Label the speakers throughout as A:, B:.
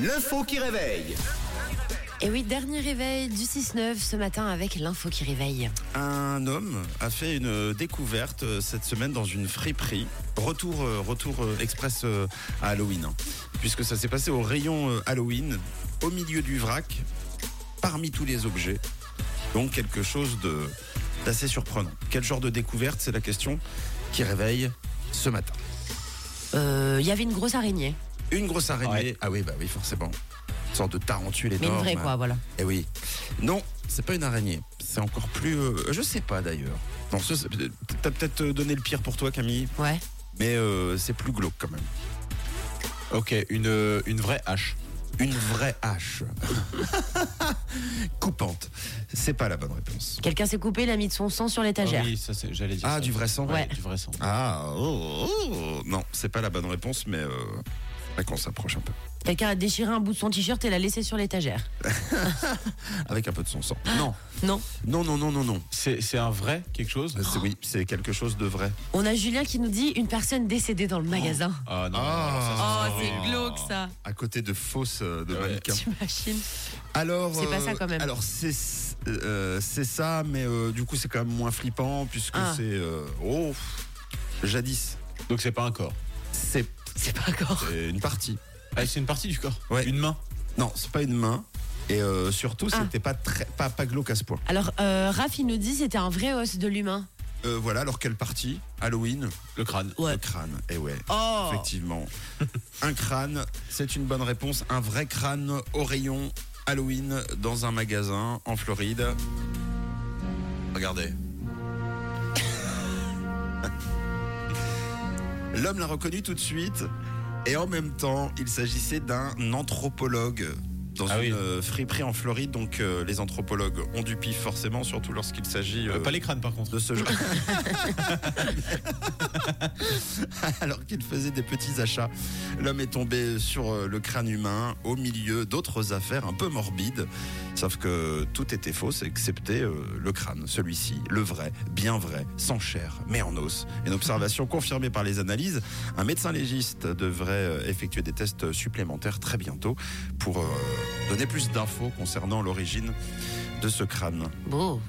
A: L'info qui réveille.
B: Et oui, dernier réveil du 6-9 ce matin avec l'info qui réveille.
C: Un homme a fait une euh, découverte euh, cette semaine dans une friperie. Retour, euh, retour euh, express euh, à Halloween. hein. Puisque ça s'est passé au rayon euh, Halloween, au milieu du vrac, parmi tous les objets. Donc quelque chose de d'assez surprenant. Quel genre de découverte C'est la question qui réveille ce matin.
B: Euh, Il y avait une grosse araignée,
C: Une grosse araignée. Ah oui, bah oui, forcément. Une sorte de tarentule
B: mais
C: énorme.
B: une vraie quoi, voilà.
C: Eh oui. Non, c'est pas une araignée. C'est encore plus. euh, je sais pas d'ailleurs. Non, ce- c'est- euh, t'as peut-être donné le pire pour toi, Camille,
B: Ouais.
C: mais euh, c'est plus glauque quand même.
D: Ok, une, euh, une vraie hache.
C: Une vraie hache. Coupante. C'est pas la bonne réponse.
B: Quelqu'un s'est coupé, il a mis de son sang sur l'étagère.
D: Oh, oui, ça c'est- j'allais dire.
C: Ah,
D: ça.
C: du vrai sang
B: Ah, Ouais.
D: Du vrai sang.
C: Ah, oh, oh. Non, c'est pas la bonne réponse, mais euh, là qu'on s'approche un peu.
B: Quelqu'un a déchiré un bout de son t-shirt et l'a laissé sur l'étagère.
C: Avec un peu de son sang. Non,
B: Non.
C: non, non, non, non, non.
D: C'est c'est un vrai quelque chose
C: C'est- Oui, c'est quelque chose de vrai.
B: On a Julien qui nous dit une personne décédée dans le magasin.
D: Ah non.
C: Ah.
D: alors ça, horrible.
B: Oh, ça.
C: À côté de fausses euh, de
D: Ouais.
C: mannequins.
B: T'imagines
C: Alors,
B: C'est pas ça, quand même.
C: Alors c'est euh, c'est ça, mais euh, du coup c'est quand même moins flippant puisque
B: Ah.
C: c'est euh, oh jadis.
D: Donc c'est pas un corps.
C: C'est
B: C'est pas encore.
C: c'est une partie.
D: Ah, c'est une partie du corps.
C: Ouais.
D: Une main.
C: Non, c'est pas une main. Et euh, surtout,
B: Ah.
C: c'était pas très pas pas glauque à ce point.
B: Alors, euh, Raph, il nous dit c'était un vrai os de l'humain.
C: Euh, voilà. Alors quelle partie Halloween.
D: Le crâne.
B: Ouais.
C: Le crâne. Et ouais.
B: Oh
C: Effectivement. un crâne, c'est une bonne réponse. Un vrai crâne au rayon Halloween dans un magasin en Floride. Regardez. L'homme l'a reconnu tout de suite et en même temps, il s'agissait d'un anthropologue dans
D: Ah
C: une
D: oui.
C: euh, friperie en Floride. Donc euh, les anthropologues ont du pif forcément, surtout lorsqu'il s'agit
D: Euh,
C: euh,
D: Pas les crânes par contre.
C: de ce genre. Alors qu'il faisait des petits achats, l'homme est tombé sur euh, le crâne humain au milieu d'autres affaires un peu morbides. Sauf que tout était faux, excepté euh, le crâne, celui-ci, le vrai, bien vrai, sans chair, mais en os. Une observation confirmée par les analyses. Un médecin légiste devrait euh, effectuer des tests supplémentaires très bientôt pour euh, donner plus d'infos concernant l'origine de ce crâne.
B: Bon,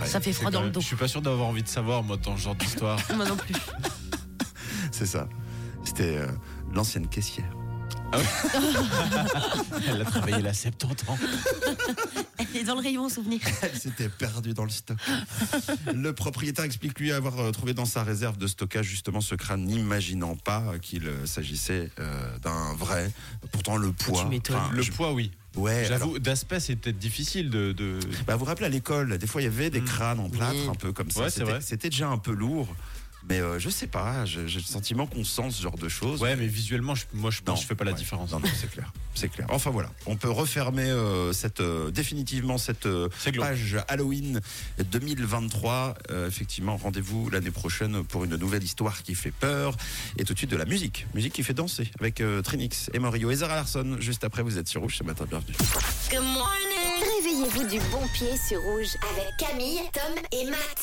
C: Ouais,
B: ça fait
D: C'est
B: froid
D: quand
B: dans le
D: même-
B: dos.
D: Je suis pas sûr d'avoir envie de savoir moi dans ce genre d'histoire.
B: Moi non plus.
C: C'est ça. C'était euh, l'ancienne caissière.
D: Elle a travaillé là 70 ans.
B: Elle est dans le rayon souvenir.
C: Elle s'était perdue dans le stock. Le propriétaire explique lui avoir euh, trouvé dans sa réserve de stockage justement ce crâne, n'imaginant pas qu'il euh, s'agissait euh, d'un vrai. Pourtant, le poids.
B: Tu m'étonnes.
C: enfin,
D: Ah, Le
C: je-
D: poids, oui.
C: Ouais, alors,
D: J'avoue, d'aspect, c'est peut-être difficile de. de-
C: bah, vous vous rappelez à l'école, des fois il y avait des
D: Mm.
C: crânes en plâtre,
B: Oui.
C: un peu comme ça.
D: Ouais, c'est
C: C'était-
D: vrai.
C: C'était déjà un peu lourd. Mais euh, je sais pas, je- j'ai le sentiment qu'on sent ce genre de choses.
D: Ouais, mais visuellement, je- moi, je
C: Non,
D: pense que je fais pas la
C: ouais.
D: différence.
C: Non, non, c'est clair. C'est clair. Enfin voilà, on peut refermer euh, cette, euh, définitivement cette euh,
D: C'est glauque.
C: page Halloween 2023. Euh, effectivement, rendez-vous l'année prochaine pour une nouvelle histoire qui fait peur. Et tout de suite de la musique. Musique qui fait danser avec euh, Trinix, Emorio et Zara Larson. Juste après, vous êtes sur Rouge ce matin. Bienvenue.
E: Réveillez-vous du bon pied sur rouge avec Camille, Tom et Matt.